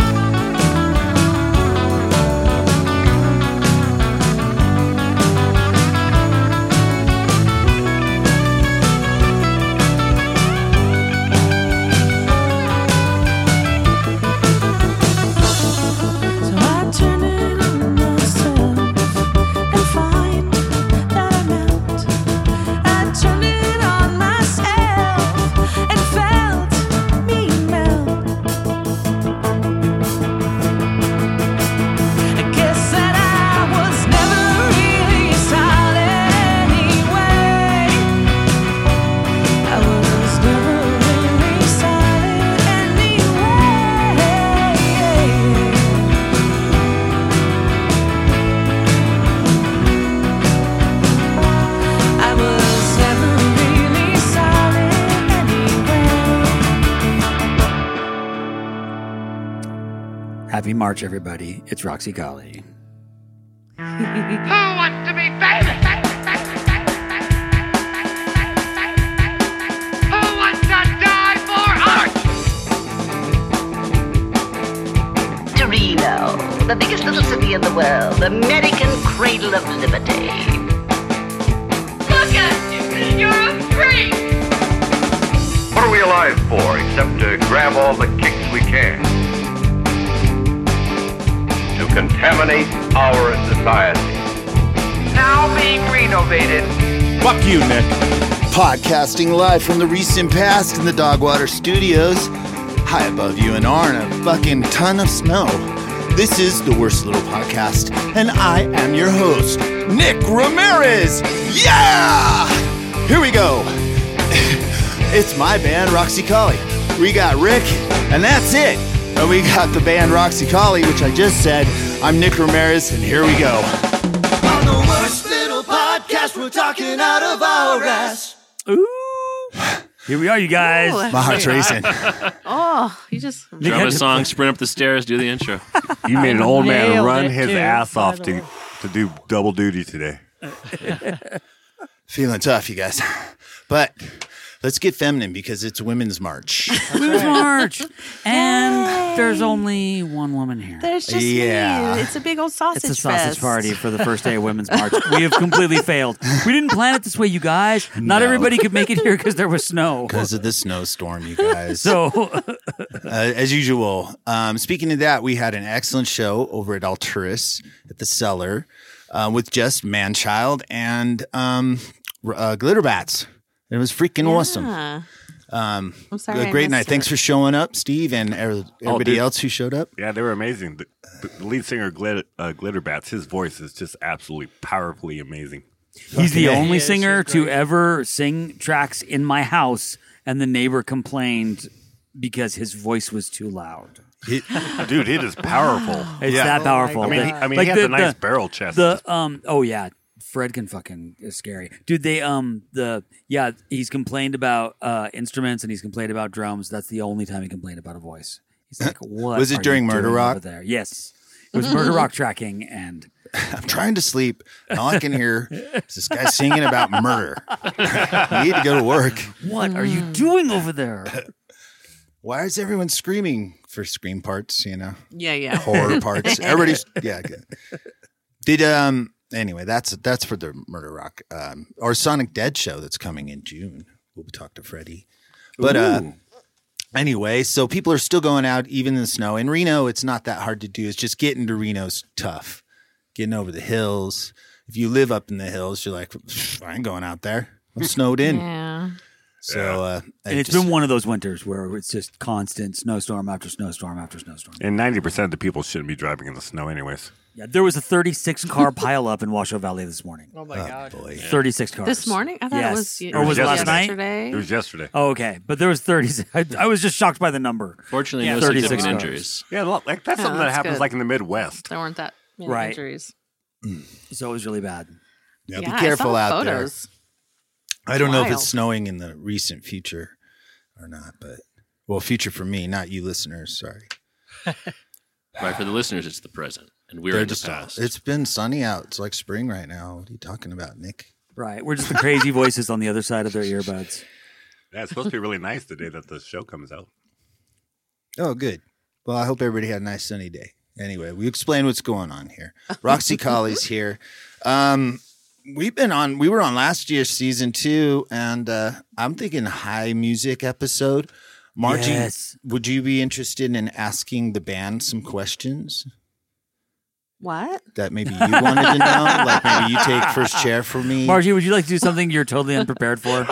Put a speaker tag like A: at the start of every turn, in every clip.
A: Oh,
B: Happy March, everybody. It's Roxy Collie.
C: Who wants to be famous? Who wants to die for art?
D: Torino, the biggest little city in the world, the American cradle of liberty.
C: Look at you, you're a freak.
E: What are we alive for except to grab all the kicks we can? To contaminate our society.
C: Now being renovated.
F: Fuck you, Nick.
G: Podcasting live from the recent past in the Dogwater Studios, high above you and R in a fucking ton of snow. This is the worst little podcast, and I am your host, Nick Ramirez. Yeah! Here we go. It's my band, Roxy Collie. We got Rick, and that's it. And we got the band Roxy Collie, which I just said. I'm Nick Ramirez, and here we go. On the worst little podcast, we're talking out of our ass.
B: Ooh. Here we are, you guys.
A: Ooh.
G: My heart's racing.
A: Oh, you just
B: Nick
H: Drum
B: had
H: a
B: to-
H: song, sprint up the stairs, do the intro.
I: You made an old man
A: Nailed
I: run
A: it,
I: his
A: too.
I: ass off
A: By the
I: to, to do double duty today.
G: Feeling tough, you guys. But let's get feminine because it's Women's March.
B: Women's March. And there's only one woman here.
A: there's just
G: Yeah.
A: me. It's a big old sausage.
B: It's a sausage
A: fest.
B: party for the first day of Women's March. We have completely failed. We didn't plan it this way, you guys. Not
G: No.
B: everybody could make it here because there was snow.
G: Because of the snowstorm, you guys. so,
B: So
G: uh, as usual, um, speaking of that, we had an excellent show over at Alturas at the Cellar uh, with just Manchild and um, r- uh, Glitter Bats. It was freaking awesome.
A: Yeah.
G: Um,
A: I'm sorry.
G: a
A: I
G: great
A: missed
G: night. Thanks
A: it.
G: for showing up, Steve, and er- everybody
I: dude.
G: else who showed up.
I: Yeah, they were amazing. The, the lead singer, Glitter, uh, Glitterbats, his voice is just absolutely powerfully amazing.
B: he's the
G: Fucking A.
B: only singer to ever sing tracks in my house, and the neighbor complained because his voice was too loud.
I: Dude, it is powerful.
B: It's
I: Yeah.
B: that powerful.
I: I mean, he,
B: The-
I: I mean,
B: like
I: he has
B: the-
I: a nice
B: the-
I: barrel chest.
B: the um oh yeah fred can fucking is scary dude they um the yeah he's complained about uh instruments and he's complained about drums that's the only time he complained about a voice he's like what
G: Was it
B: are
G: during
B: you
G: Murder
B: doing
G: Rock?
B: over there yes it was murder rock tracking and
G: I'm trying to sleep. And all I can hear is this guy singing about murder. I need to go to work.
B: what are
A: Mm.
B: you doing over there
G: Why is everyone screaming for scream parts? You know,
A: Yeah, yeah.
G: horror parts. Everybody's yeah. Good. Did um anyway, that's that's for the Murder Rock um or Sonic Dead show that's coming in June. We'll talk to Freddie. But uh anyway, so people are still going out even in the snow. In Reno, it's not that hard to do. It's just getting to Reno's tough. Getting over the hills. If you live up in the hills, you're like, I ain't going out there. I'm snowed in.
A: Yeah.
G: So uh I
B: and it's
G: just-
B: been one of those winters where it's just constant snowstorm after snowstorm after snowstorm
I: and 90% of the people shouldn't be driving in the snow, anyways.
B: yeah there was a 36 car pileup in washoe valley this morning
G: oh, boy.
B: 36 cars
A: This morning? I thought it
B: Yes.
A: was y-
B: or was it last
I: yesterday.
B: night
A: Yesterday.
I: It was yesterday.
B: Oh, okay. But there was 30. I, I was just shocked by the number.
H: Fortunately,
B: Yeah,
H: no
B: 36
H: significant
B: dollars.
H: injuries.
I: Yeah, look, like that's
A: Yeah,
I: something that
A: that's
I: happens
A: good.
I: like in the Midwest.
A: There weren't that many
B: Right. Mm.
A: injuries.
B: So it was really bad.
G: Yeah,
A: Yeah,
G: be careful
A: I saw
G: out
A: the
G: there.
A: photos.
G: I don't know if
A: Wild.
G: it's snowing in the recent future or not, but well, future for me, not you listeners. Sorry,
H: Right, for the listeners, it's the present. And we're
G: They're
H: in
G: just
H: the past.
G: it's been sunny out. It's like spring right now. What are you talking about, Nick?
B: Right. We're just the crazy voices on the other side of their earbuds.
I: Yeah, it's supposed to be really nice the day that the show comes out.
G: Oh, good. Well, I hope everybody had a nice sunny day. Anyway, we explain what's going on here. Roxy Collie's here. Um, we've been on. We were on last year's season two, and uh, I'm thinking high music episode. Margie,
B: Yes.
G: would you be interested in asking the band some questions?
A: What?
G: that maybe you wanted to know. Like maybe you take first chair for me.
B: Margie, would you like to do something you're totally unprepared for? do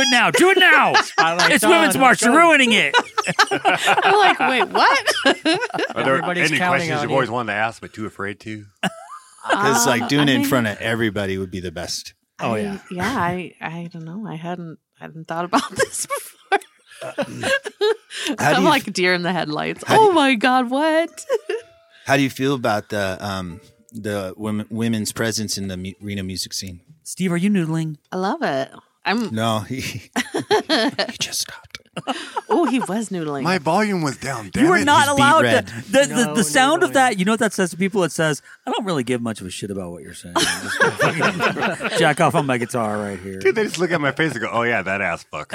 B: it now. Do it now. It's Women's March. You're ruining it.
A: I'm like, wait, what?
I: Are there
J: Everybody's
I: any
J: counting
I: questions
J: on
I: you've
J: you.
I: always wanted to ask but too afraid to?
G: Because like doing it in
A: mean-
G: front of everybody would be the best.
B: Oh,
A: I-
B: yeah.
A: yeah. I I don't know. I hadn't I hadn't thought about this before.
G: How do
A: I'm
G: you-
A: like deer in the headlights.
G: How do
A: Oh
G: you-
A: my god, what?
G: How do you feel about the um the women, women's presence in the mu- Reno music scene?
B: Steve, are you noodling?
A: I love it. I'm
G: No, he, he just stopped.
A: Oh, he was noodling.
I: My volume was down. Damn
B: you are
I: it.
B: not
G: he's beat
B: allowed
G: red.
B: to. The, the,
A: No,
B: the sound
A: noodling.
B: of that, you know what that says to people? It says, I don't really give much of a shit about what you're saying. I'm just gonna fucking jack off on my guitar right here.
I: Dude, they just look at my face and go, "Oh yeah, that ass fuck."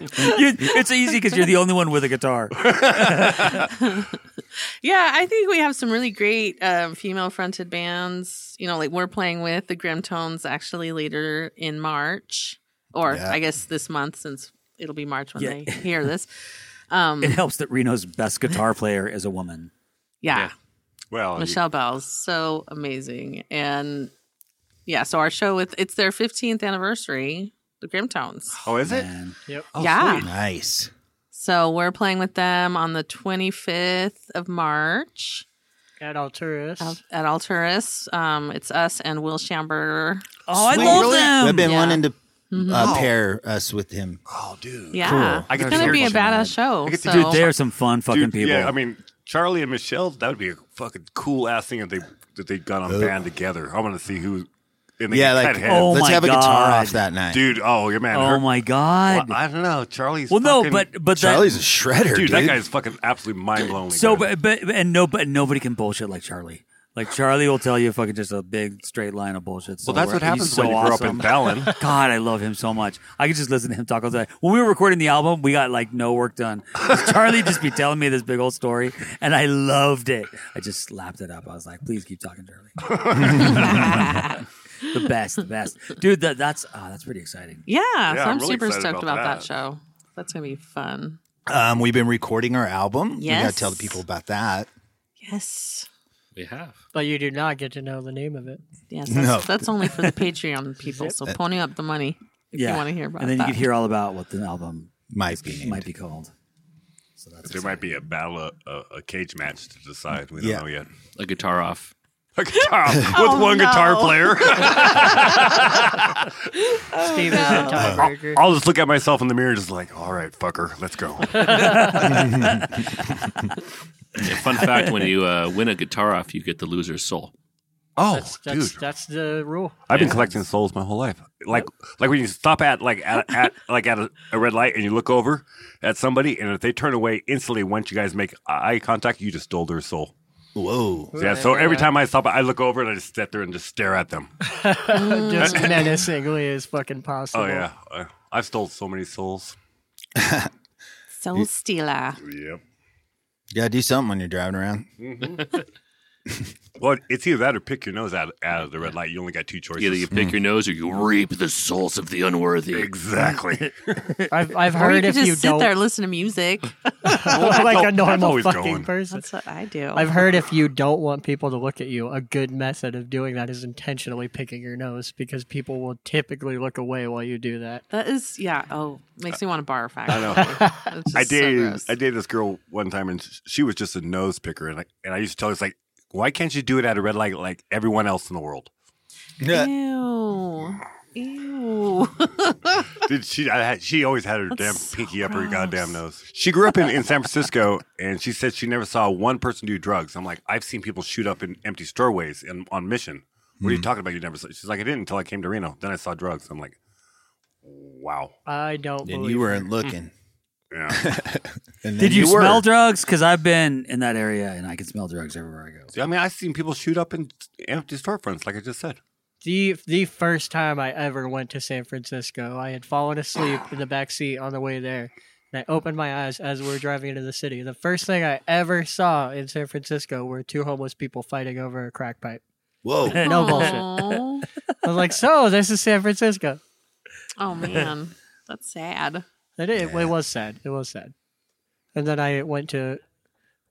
B: You- it's easy because you're the only one with a guitar.
A: Yeah, I think we have some really great um, female fronted bands. You know, like we're playing with the Grim Tones actually later in March, or
G: Yeah.
A: I guess this month since it'll be March when
B: Yeah.
A: they hear this. Um,
B: It
A: yeah.
B: helps that Reno's best guitar player is a woman.
I: Well, you-
A: Michelle Bell's so amazing. And yeah, so our show with it's their 15th anniversary, the Grim Tones.
I: oh, is it?
B: Man.
A: yeah.
G: Oh, Nice.
A: So we're playing with them on the 25th of March.
F: At Alturas.
A: Al- at Alturas. Um, it's us and Will Schamberger.
B: Oh,
G: Sweet.
B: I love
G: Really?
B: them.
G: I've been
A: Um, Yeah. Mm-hmm.
G: wanting to uh,
I: Oh.
G: pair us with him.
I: Oh, dude.
A: Yeah,
G: Cool.
I: I
A: it's
I: get to
A: gonna
I: hear
A: be a
I: Will Schamberger.
A: badass show.
I: I get to-
A: so-
B: Dude, they are some fun fucking
I: Dude,
B: people.
I: Yeah, I mean Charlie and Michelle. That would be a fucking cool ass thing if they that they got on band together. I want to see who. And they
G: Yeah,
I: can
G: like
I: cut heads.
B: Oh
G: let's
B: my
G: have a guitar
B: God.
G: off that night.
I: dude. Oh, your man.
B: oh
I: Herb-
B: my god.
I: Well,
B: Well,
I: I don't know. Charlie's.
B: no,
I: fucking-
B: but but that,
G: Charlie's a shredder,
I: dude,
G: dude.
I: that guy's fucking absolutely mind blowing.
B: so but, but and no but nobody can bullshit like Charlie. Like Charlie will tell you fucking just a big straight line of bullshit. So
I: well, that's
B: we're-
I: what
B: he's
I: happens
B: so
I: when you grow up in
B: awesome.
I: Fallon.
B: God, I love him so much. I could just listen to him talk all day. When we were recording the album, we got like no work done. Charlie just be telling me this big old story, and I loved it. I just slapped it up. I was like, please keep talking, Charlie. the best, the best, dude. That, that's ah, that's pretty exciting.
A: yeah, so
I: I'm
A: I'm,
I: really
A: super
I: excited
A: stoked
I: about
A: about, that.
I: that.
A: show. That's gonna be fun.
G: um, we've been recording our album. We gotta
A: Yes.
G: tell the people about that.
A: Yes,
H: We have.
F: But you do not get to know the name of it.
A: yes. That's,
G: No.
A: that's only for the Patreon people. So pony up the money if
B: yeah,
A: you want to hear about.
B: and then
A: that.
B: you could hear all about what the album
G: Might be named.
B: might be called. So that's
I: there might be a battle, a, a, a cage match to decide. We don't
G: Yeah.
I: know yet.
H: A guitar off.
I: A guitar with
A: Oh,
I: one guitar
A: no.
I: player.
F: Steve is a tiebreaker.
I: I'll just look at myself in the mirror, just like, all right, fucker, let's go.
H: Yeah, fun fact: when you uh, win a guitar off, you get the loser's soul.
I: Oh,
F: That's, that's,
I: dude,
F: that's the rule.
I: I've been
H: yeah.
I: collecting souls my whole life. Like, like when you stop at like at, at like at a, a red light and you look over at somebody, and if they turn away instantly once you guys make eye contact, you just stole their soul.
G: Whoa.
I: Yeah. So every time I stop, I look over and I just sit there and just stare at them.
F: Just menacingly as fucking possible.
I: Oh yeah, I, I've stole so many souls.
A: Soul Stealer.
I: Yep.
G: You gotta do something when you're driving around.
I: Well, it's either that or pick your nose out, out of the red light. You only got two choices.
H: Either you
G: Mm.
H: pick your nose or you reap the souls of the unworthy.
I: exactly.
F: I've, I've
A: Or you
F: heard
A: could
F: if
A: just
F: you
A: sit
F: don't
A: there and listen to music.
F: like a
I: I'm
F: normal
I: always
F: fucking
I: going.
F: person.
A: That's what I do.
F: I've heard if you don't want people to look at you, a good method of doing that is intentionally picking your nose because people will typically look away while you do that.
A: that is, yeah. Oh, makes me want to barf. Actually, I know.
I: I dated I dated this girl one time, and sh- she was just a nose picker, and I, and I used to tell her, it's like, why can't you do it at a red light like everyone else in the world?
G: Yeah.
A: Ew. Ew.
I: Dude, she I had, she always had her damn pinky up her goddamn nose. She grew up in, in San Francisco, and she said she never saw one person do drugs. I'm like, I've seen people shoot up in empty stairways and on Mission. What are
F: Hmm.
I: you talking about? You never saw? She's like, I didn't until I came to Reno. Then I saw drugs. I'm like, wow.
F: I don't
G: And
F: believe
G: you weren't looking.
I: Yeah.
G: And then
B: Hmm. Did you,
G: were.
B: smell drugs? Because I've been in that area and I can smell drugs everywhere I go.
I: See, I mean, I've seen people shoot up in empty storefronts, like I just said.
F: the the first time I ever went to San Francisco, I had fallen asleep in the back seat on the way there. And I opened my eyes as we were driving into the city. The first thing I ever saw in San Francisco were two homeless people fighting over a crack pipe.
G: Whoa.
F: No bullshit.
A: Aw.
F: I was like, so this is San Francisco.
A: Oh man, that's sad.
F: It, it, it was sad. It was sad. And then I went to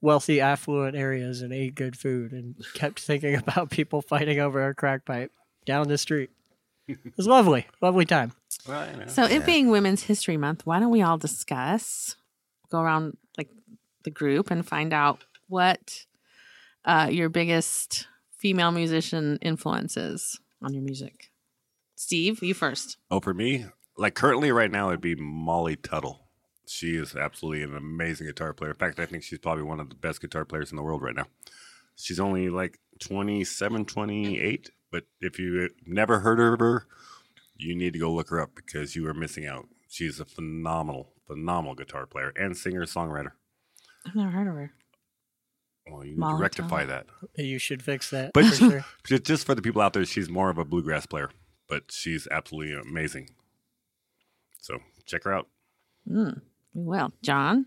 F: wealthy, affluent areas and ate good food and kept thinking about people fighting over a crack pipe down the street. It was lovely. Lovely time.
A: So, it being Women's History Month, why don't we all discuss, go around like the group and find out what uh, your biggest female musician influences on your music? Steve, you first.
I: Oh, for me, like currently right now, it'd be Molly Tuttle. She is absolutely an amazing guitar player. In fact, I think she's probably one of the best guitar players in the world right now. She's only like 27, 28, but if you never heard of her, you need to go look her up because you are missing out. She's a phenomenal, phenomenal guitar player and singer songwriter.
A: I've never heard of her.
I: Well, you need to
A: Molotov.
I: rectify that.
F: You should fix that.
I: But-
F: for sure.
I: Ju- Just for the people out there, she's more of a bluegrass player, but she's absolutely amazing. So check her out.
A: Mm. Well, John,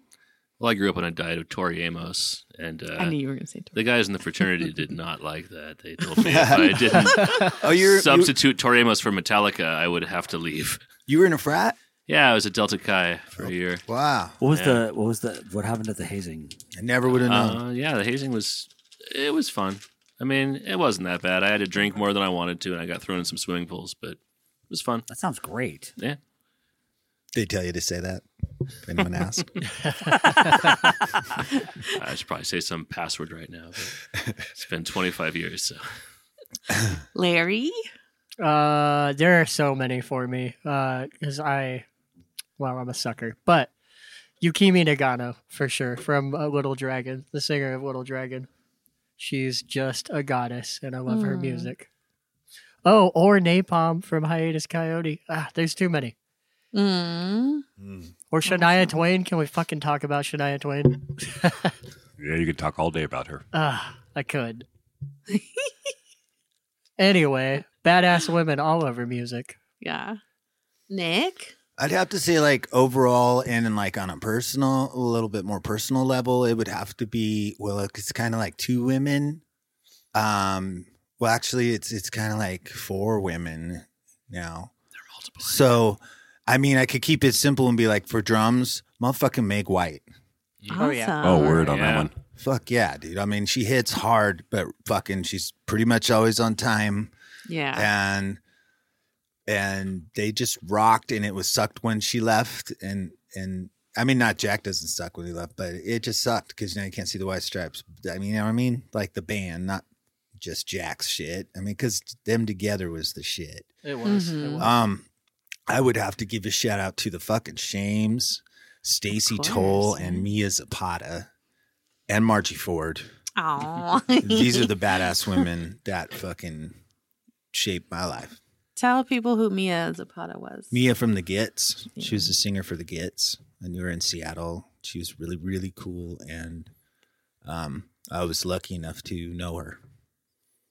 H: Well, I grew up on a diet of Tori Amos, and uh,
A: I knew you were going to say
H: the guys in the fraternity did not like that. They told me if I didn't
G: Oh, you're you,
H: substitute Tori Amos for Metallica, I would have to leave.
G: you were in a frat?
H: Yeah, I was at Delta Chi for a year.
G: Wow,
B: What was
H: Yeah.
B: the what was the what happened at the hazing?
G: I never would have known.
H: Uh, yeah, the hazing was it was fun. I mean, it wasn't that bad. I had to drink more than I wanted to, and I got thrown in some swimming pools, but it was fun.
B: That sounds great.
H: Yeah,
G: They tell you to say that. If anyone asks,
H: I should probably say some password right now. But it's been 25 years, so
A: Larry.
F: Uh, there are so many for me. Uh, because I, well, I'm a sucker, but Yukimi Nagano for sure from uh, Little Dragon, the singer of Little Dragon. She's just a goddess, and I love her
A: Mm.
F: music. Oh, or Napalm from Hiatus Coyote. Ah, there's too many.
A: Mm.
F: Or Shania Twain. Can we fucking talk about Shania Twain?
I: Yeah, you could talk all day about her.
F: Ah, I could. anyway, badass women all over music.
A: Yeah. Nick.
G: I'd have to say like overall and in, like on a personal, a little bit more personal level, it would have to be well, it's kind of like two women. Um, well, actually, it's it's kind of like four women now.
H: multiple.
G: So, I mean, I could keep it simple and be like, for drums, motherfucking Meg White.
A: Awesome.
F: Oh, yeah.
A: Uh,
I: oh, word on that
H: yeah.
I: one.
G: Fuck yeah, dude. I mean, she hits hard, but fucking, she's pretty much always on time.
A: Yeah.
G: and and they just rocked and it was sucked when she left and and I mean not Jack doesn't suck when he left but it just sucked because now you can't see the white stripes I mean you know what I mean like the band not just Jack's shit I mean because them together was the shit
F: It was. It
A: Mhm.
F: was.
G: um I would have to give a shout out to the fucking Shames Stacy
A: course.
G: Toll and Mia Zapata and Margie Ford
A: Aw.
G: these are the badass women that fucking shaped my life
A: Tell people who Mia Zapata was.
G: Mia from the Gits. She was a singer for the Gits. I knew her in Seattle. She was really, really cool, and um, I was lucky enough to know her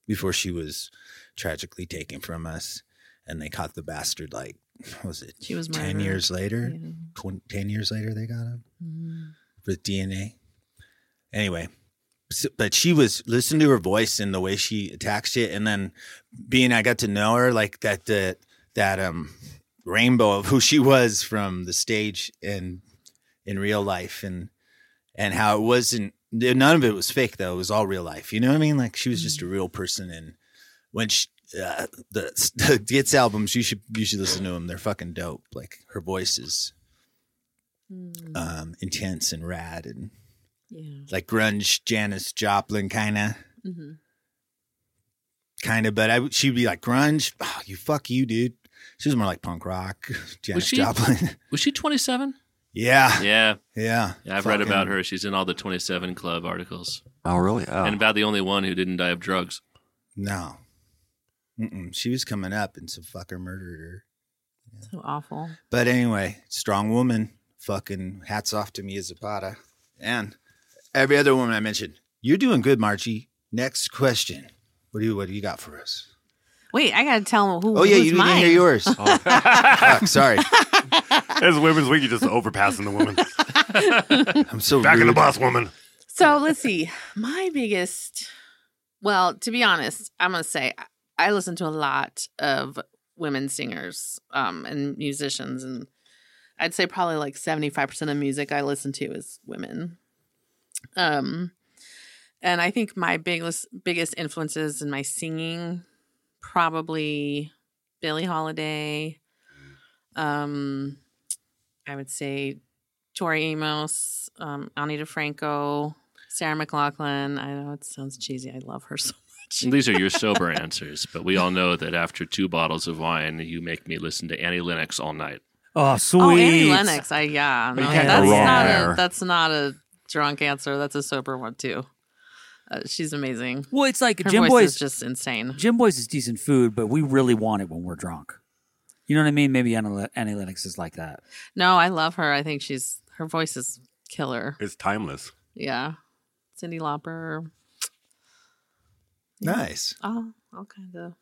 G: before she was tragically taken from us, and they caught the bastard. Like, what was it?
A: She was
G: ten
A: murdered.
G: years
A: Yeah.
G: later. 20, ten years later, they got him
A: Mhm.
G: with DNA. Anyway, s- but she was listen to her voice and the way she attacks it, and then being I got to know her like that the that um rainbow of who she was from the stage and in real life and and how it wasn't none of it was fake though it was all real life you know what I mean like she was
A: Mm-hmm.
G: just a real person and when she uh, the, the gets albums you should you should listen to them they're fucking dope like her voice is
A: Mm.
G: um intense and rad and
A: Yeah.
G: like grunge Janis Joplin kind of
A: hmm
G: kind of but I would- she'd be like grunge oh, you fuck you dude she was more like punk rock Janis
H: she-
G: Joplin
H: was she 27?
G: yeah
H: Yeah,
G: yeah
H: yeah I've read
G: Fucking-
H: about her. She's in all the 27 Club articles,
I: Oh, really? Oh.
H: and about the only one who didn't die of drugs.
G: no Mm-mm. she was coming up and some fucker murdered her
A: So awful.
G: but anyway strong woman fucking hats off to Mia Zapata and every other woman I mentioned you're doing good Marchie next question what do you what do you got for us
A: Wait, I gotta tell who.
G: oh yeah
A: who's
G: you didn't
A: mine.
G: hear yours
H: Oh,
G: Fuck, sorry
I: As Women's Week, you're just overpassing the women.
G: I'm so
I: Back in the
G: rude.
I: bus, woman.
A: So let's see. My biggest, well, to be honest, I'm gonna say I- I listen to a lot of women singers um, and musicians, and I'd say probably like 75 percent of music I listen to is women. Um, and I think my biggest biggest influences in my singing probably Billie Holiday. Um, I would say Tori Amos, um, Anita Franco, Sarah McLaughlin. I know it sounds cheesy. I love her so
H: And these are your sober answers, but we all know that after two bottles of wine, you make me listen to Annie Lennox all night.
B: Oh, sweet.
A: Oh, Annie Lennox. I yeah.
I: But you
A: no,
I: can't go
A: that's
I: wrong
A: not
I: there.
A: a that's not a drunk answer. That's a sober one too. Uh, she's amazing.
B: Well, it's like
A: Her
B: Jim
A: voice
B: Boy's
A: is just insane.
B: Jim Boy's is decent food, but we really want it when we're drunk. You know what I mean? Maybe Anna, Annie Lennox is like that.
A: No, I love her. I think she's her voice is killer.
I: It's timeless.
A: Yeah, Cindy Lauper.
G: Nice.
A: Oh, all kind of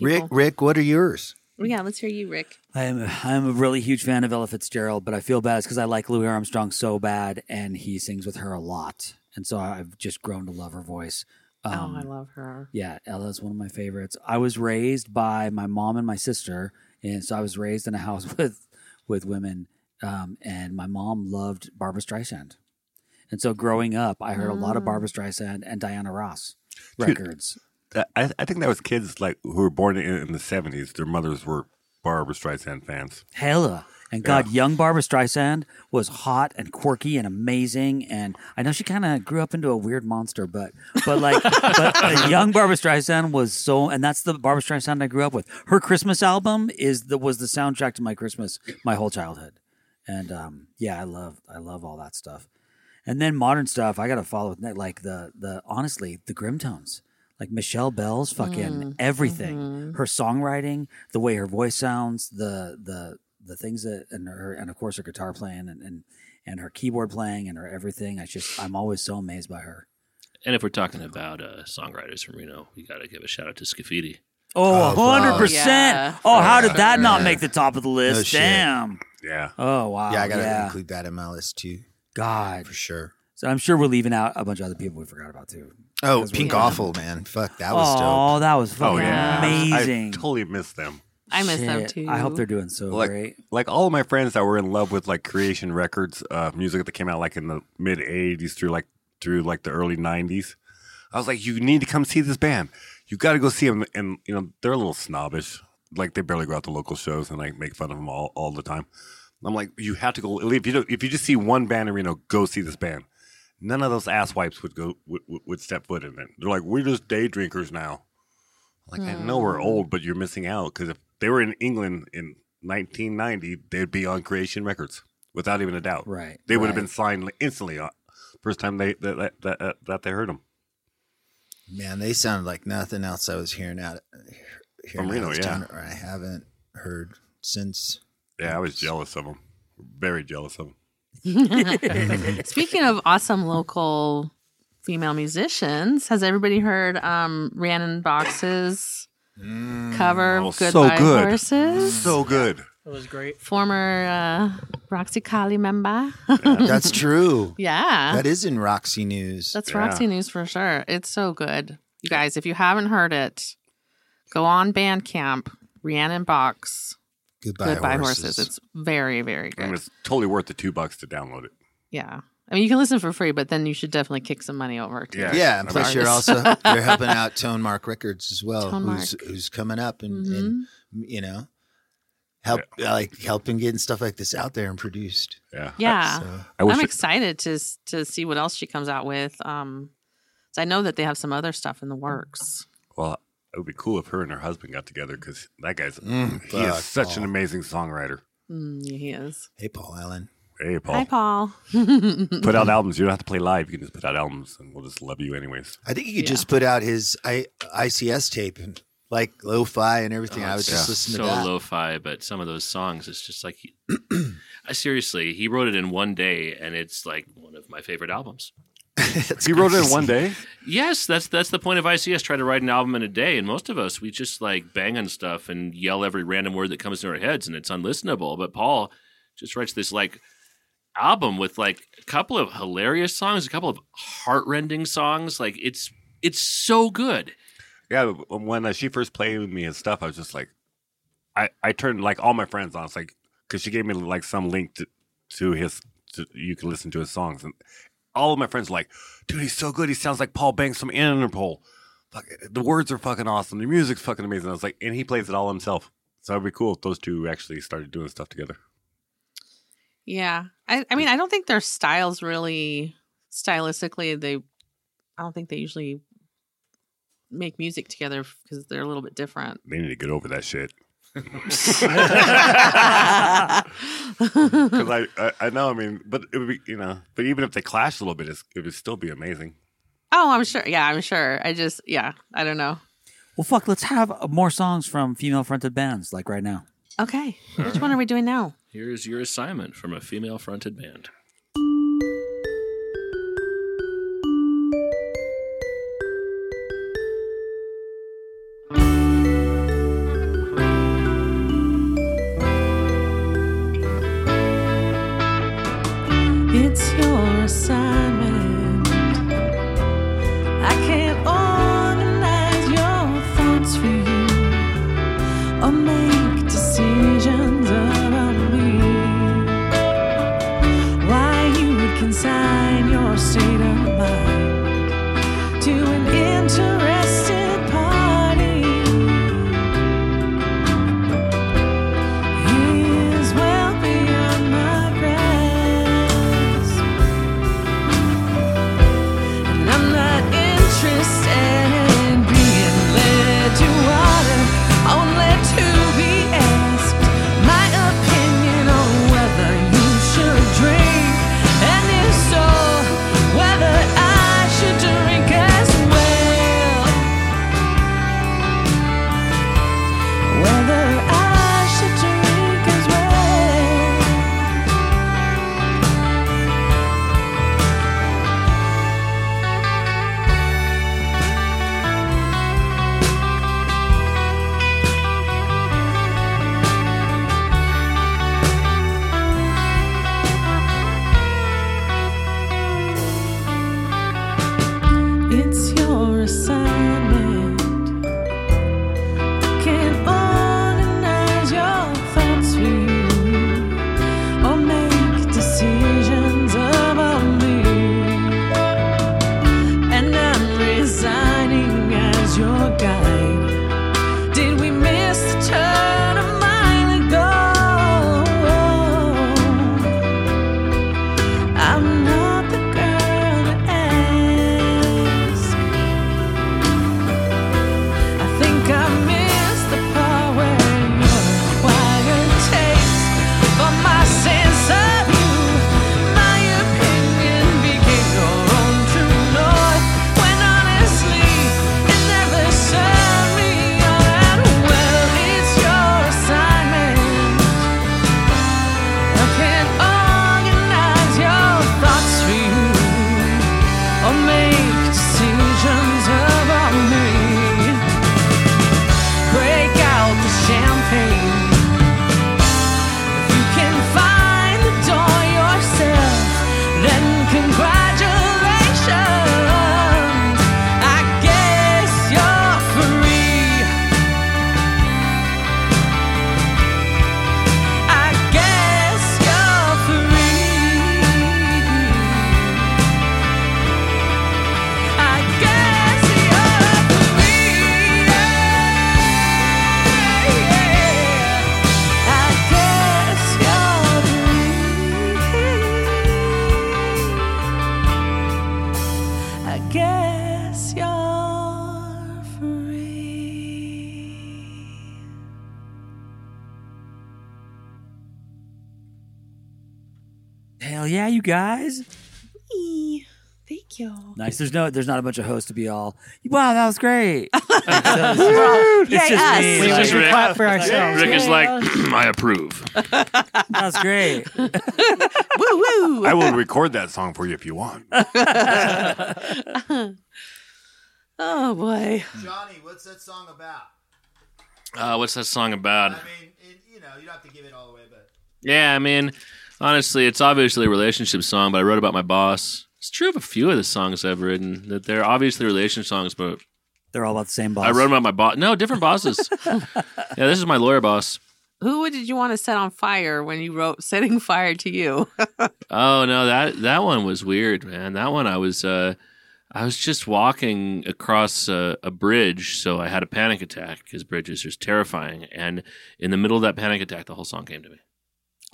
G: Rick,
A: people.
G: Rick, what are yours?
A: Yeah, let's hear you, Rick.
B: I am a, I am a really huge fan of Ella Fitzgerald, but I feel bad because I like Louis Armstrong so bad, and he sings with her a lot, and so I've just grown to love her voice. Um,
A: oh, I love her.
B: Yeah, Ella is one of my favorites. I was raised by my mom and my sister, and so I was raised in a house with with women. Um, and my mom loved Barbara Streisand, and so growing up, I heard a lot of Barbara Streisand and Diana Ross records.
I: I, I think that was kids like who were born in, in the seventies. Their mothers were Barbara Streisand fans.
B: Hella. uh, And God, young Barbara Streisand was hot and quirky and amazing. And I know she kind of grew up into a weird monster, but but like, but uh, young Barbara Streisand was so, and that's the Barbara Streisand I grew up with. Her Christmas album is the was the soundtrack to my Christmas, my whole childhood. And um, yeah, I love I love all that stuff. And then modern stuff, I gotta follow with like the the honestly the grim tones, like Michelle Bell's fucking
A: Mm,
B: everything,
A: mm-hmm.
B: her songwriting, the way her voice sounds, the the the things that and her and of course her guitar playing and and, and her keyboard playing and her everything. I just I'm always so amazed by her.
H: And if we're talking about uh, songwriters from Reno, we got to give a shout out to Scafidi.
B: Oh,
G: wow.
B: 100 percent.
A: Yeah.
B: Oh, how did that not make the top of the list?
G: shit.
B: Damn.
I: Yeah.
B: Oh wow.
G: yeah, I gotta
B: yeah.
G: include that in my list too,
B: God.
G: for sure.
B: So I'm sure we're leaving out a bunch of other people we forgot about too.
G: Oh,
B: That's
G: Pink
B: really-
G: Awful, man. Fuck, that was dope.
B: Oh, that was fucking
I: Oh yeah.
B: amazing.
I: I totally missed them.
A: I miss them
B: Shit.
A: too.
B: I hope they're doing so
I: Like,
B: great.
I: like all of my friends that were in love with like Creation Records, uh, music that came out like in the mid '80s through like through like the early '90s. I was like, you need to come see this band. You got to go see them, and you know they're a little snobbish. Like they barely go out to local shows and like make fun of them all, all the time. I'm like, you have to go. If you don't, if you just see one band in Reno, go see this band. None of those asswipes would go would, would- would step foot in it. They're like, we're just day drinkers now. Like I know we're old, but you're missing out because if they were in England in 1990, they'd be on Creation Records without even a doubt.
B: Right,
I: They would have
B: right.
I: been signed instantly. uh, First time they that that, that, that- that they heard them.
G: Man, they sounded like nothing else I was hearing out
I: From
G: hearing out
I: Reno,
G: of
I: yeah.
G: town, or I haven't heard since.
I: Yeah, I was jealous of them. Very jealous of them.
A: Speaking of awesome local female musicians, has everybody heard um, Rhiannon Box's cover
I: Oh,
A: of
I: so
A: Goodbye
I: good.
A: Horses?
I: So good.
F: It was great.
A: Former uh, Roxy Kali member.
G: That's true.
A: yeah.
G: That is in Roxy News.
A: That's Roxy News for sure. It's so good. You guys, if you haven't heard it, go on Bandcamp, Rhiannon Box,
G: Goodbye,
A: Goodbye
G: horses.
A: horses. It's very, very
I: And
A: good.
I: it's totally worth the two bucks to download it.
A: Yeah. I mean, you can listen for free, but then you should definitely kick some money over. To
I: Yeah.
G: yeah, and plus you're
A: Artists.
G: also you're helping out Tone Mark Records as well,
A: Tone
G: who's
A: Mark. Mm-hmm.
G: who's coming up and, and you know help like helping getting stuff like this out there and produced.
I: Yeah.
A: Yeah.
I: I wish
A: I'm
I: it-
A: excited to s- to see what else she comes out with. Um, 'cause I know that they have some other stuff in the works.
I: Well, it would be cool if her and her husband got together because that guy's Mm, he
G: Mm, fuck,
I: is such an
G: Paul.
I: amazing songwriter.
A: Mm, yeah, he is.
G: Hey, Paul Allen.
I: Hey, Paul,
A: Hi, Paul.
I: put out albums. You don't have to play live. You can just put out albums, and we'll just love you anyways.
G: I think he could just put out his I, ICS tape and like lo-fi and everything.
I: Oh,
G: I would just listen
H: so
G: to that.
H: lo-fi, but some of those songs, it's just like, he, I seriously, he wrote it in one day, and it's like one of my favorite albums.
G: It's
I: He wrote it in
G: crazy.
I: one day.
H: Yes, that's that's the point of ICS. Try to write an album in a day, and most of us we just like bang on stuff and yell every random word that comes into our heads, and it's unlistenable. But Paul just writes this like album with like a couple of hilarious songs, a couple of heartrending songs. Like it's it's so good.
I: Yeah, when uh, she first played with me and stuff, I was just like, I, I turned like all my friends on. It's like because she gave me like some link to, to his, to, you can listen to his songs, and all of my friends were like, dude, he's so good. He sounds like Paul Banks from Interpol. Fuck, the words are fucking awesome. The music's fucking amazing. I was like, and he plays it all himself. So it'd be cool if those two actually started doing stuff together.
A: Yeah. I, I mean, I don't think their styles really stylistically they I don't think they usually make music together because they're a little bit different.
I: They need to get over that shit.
A: yeah.
I: Because I, I, I know, I mean, but it would be, you know, but even if they clash a little bit, it's, it would still be amazing.
A: Oh, I'm sure. Yeah, I'm sure. I just yeah, I don't know.
B: Well, fuck, let's have more songs from female fronted bands like right now.
A: Okay. Which one are we doing now?
H: Here's your assignment from a female fronted band.
A: It's your assignment. I can't organize your thoughts for you or make decisions about me. Why you would consign your state of mind to an interested party is well beyond my grasp. I'm not interested in being led to water, only to be asked my opinion on whether you should drink, and if so, whether I should drink as well. Whether I should drink as well. It's your assignment. I can't organize your thoughts for you or make decisions about me. And I'm resigning as your guide. Did we miss the turn a mile ago? I'm not the girl to ask. I think I missed the part where you acquired taste for my sense of you. My opinion became your own true north. When honestly, it never served me all that well. It's your assignment. I can't organize your thoughts for you or make decisions about me. Break out the champagne. If you can find the door yourself, then congratulations. I guess you're free. I guess you're free. I guess you're free. I guess you're free. I guess you're free.
B: Hell yeah, you guys.
A: Thank you.
B: Nice. There's no. There's not a bunch of hosts to be all. Wow, that was great. So it's just- it's
A: Yay,
B: just
A: us.
B: me,
F: We
B: like,
H: It's
F: just
H: just Rick.
F: clap for ourselves.
H: Rick is like, I approve.
B: that was great.
A: Woo woo.
I: I will record that song for you if you want.
A: Oh boy.
G: Johnny, what's that song about?
H: Uh, what's that song about?
G: mean, it, you know, you don't have to give it all away, but
H: Yeah, I mean, honestly, it's obviously a relationship song, but I wrote about my boss. It's true of a few of the songs I've written that they're obviously relationship songs, but
B: They're all about the same boss.
H: I wrote about my boss. No, different bosses. yeah, this is my lawyer boss.
A: Who did you want to set on fire when you wrote setting fire to you?
H: Oh no, that that one was weird, man. That one I was uh I was just walking across a, a bridge, so I had a panic attack because bridges are terrifying. And in the middle of that panic attack, the whole song came to me.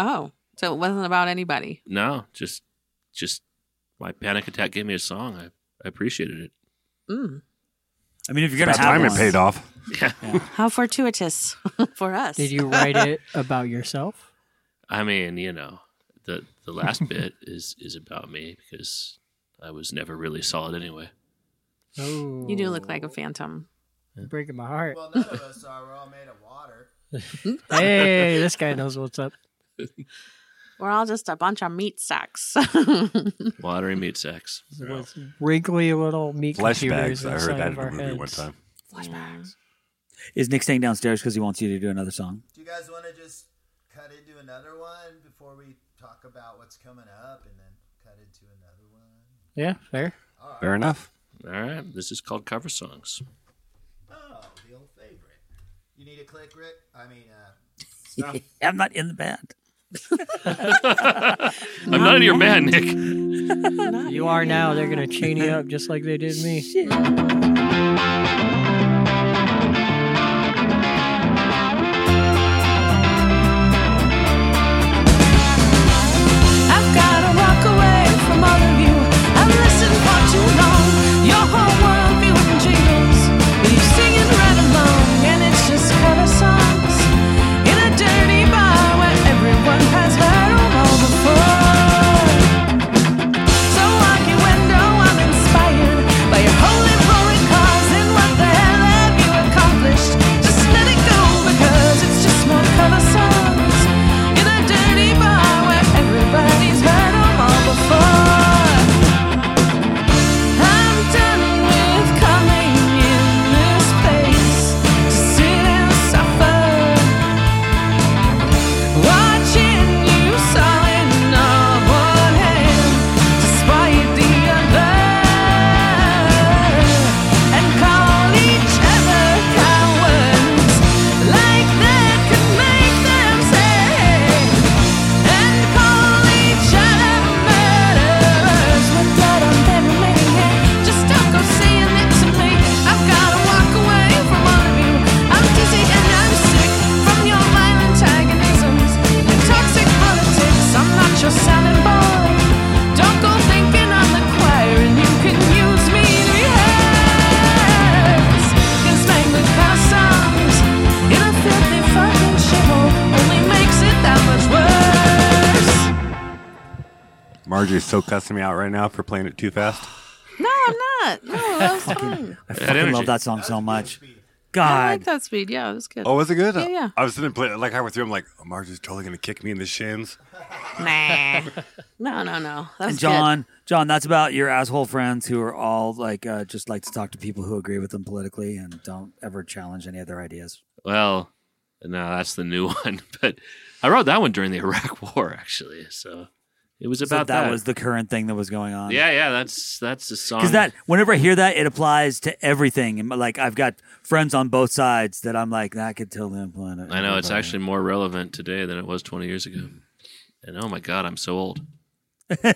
A: Oh, so it wasn't about anybody.
H: No, just just my panic attack gave me a song. I, I appreciated it.
A: Mm.
B: I mean, if you're
I: By
B: gonna
I: the
B: have
I: time it
B: one-
I: paid off.
A: How fortuitous for us.
F: Did you write it about yourself?
H: I mean, you know, the the last bit is is about me because I was never really solid anyway.
F: Oh,
A: You do look like a phantom.
F: breaking my heart.
G: well, none of us are. We're all made of water.
J: hey, this guy knows what's up.
K: We're all just a bunch of meat sacks.
H: Lottery meat sex.
J: With wrinkly little meat
I: Flesh
J: computers
I: bags. I
J: inside
I: heard that
J: of
I: in
J: our
I: a movie
J: heads.
I: one time.
B: Is Nick staying downstairs because he wants you to do another song?
G: Do you guys want to just cut into another one before we talk about what's coming up and then cut into another one?
J: Yeah, fair.
I: Fair enough.
H: All right. This is called cover songs.
G: Oh, the old favorite. You need a click, Rick? I mean, uh, stuff.
B: I'm not in the band.
H: I'm not in your man, Nick.
J: You are now. They're gonna chain you up just like they did me.
A: I've gotta walk away from all of you. I've listened for too long. Your whole world viewing jingles. You singing right along, and it's just cover songs in a dirty bar where everyone has heard 'em all before. So walking window, I'm inspired by your holy holy cause and what the hell have you accomplished? Just let it go because it's just more cover songs in a dirty bar where everybody's heard 'em all before. I'm done with coming in this place to sit and suffer. Watching you selling on one hand, despite the other, and call each other cowards, like that could make them say. And call each other murderers. With blood on their remaining hand, just don't go saying it to me. I've gotta walk away from all of you. I'm dizzy and I'm sick from your violent antagonisms and toxic politics. I'm not your selling boy. Don't go thinking I'm the choir and you can use me to rehearse. This language kind songs in a filthy fucking shithole only makes it that much worse.
I: Marjorie's so cussing me out right now for playing it too fast.
K: no, I'm not. No, that was fun.
B: I fucking
H: energy.
B: love that song so much.
K: I
B: God,
K: like that speed. Yeah, it was good.
I: Oh, was it good?
K: Yeah, yeah.
I: I was sitting playing like I went through. I'm like, oh, Marjorie's totally gonna kick me in the shins.
K: Nah. no, no, no. That was
B: and John, John, that's about your asshole friends who are all like uh, just like to talk to people who agree with them politically and don't ever challenge any of their ideas.
H: Well, no, that's the new one. But I wrote that one during the Iraq War, actually. So it was
B: So
H: about
B: that, was the current thing that was going on.
H: yeah, um, yeah. That's that's the song.
B: Because that, whenever I hear that, it applies to everything. And like, I've got friends on both sides that I'm like, that could totally apply to.
H: I know it's
B: everybody."
H: actually more relevant today than it was 20 years ago. And oh my God, I'm so old.
K: good.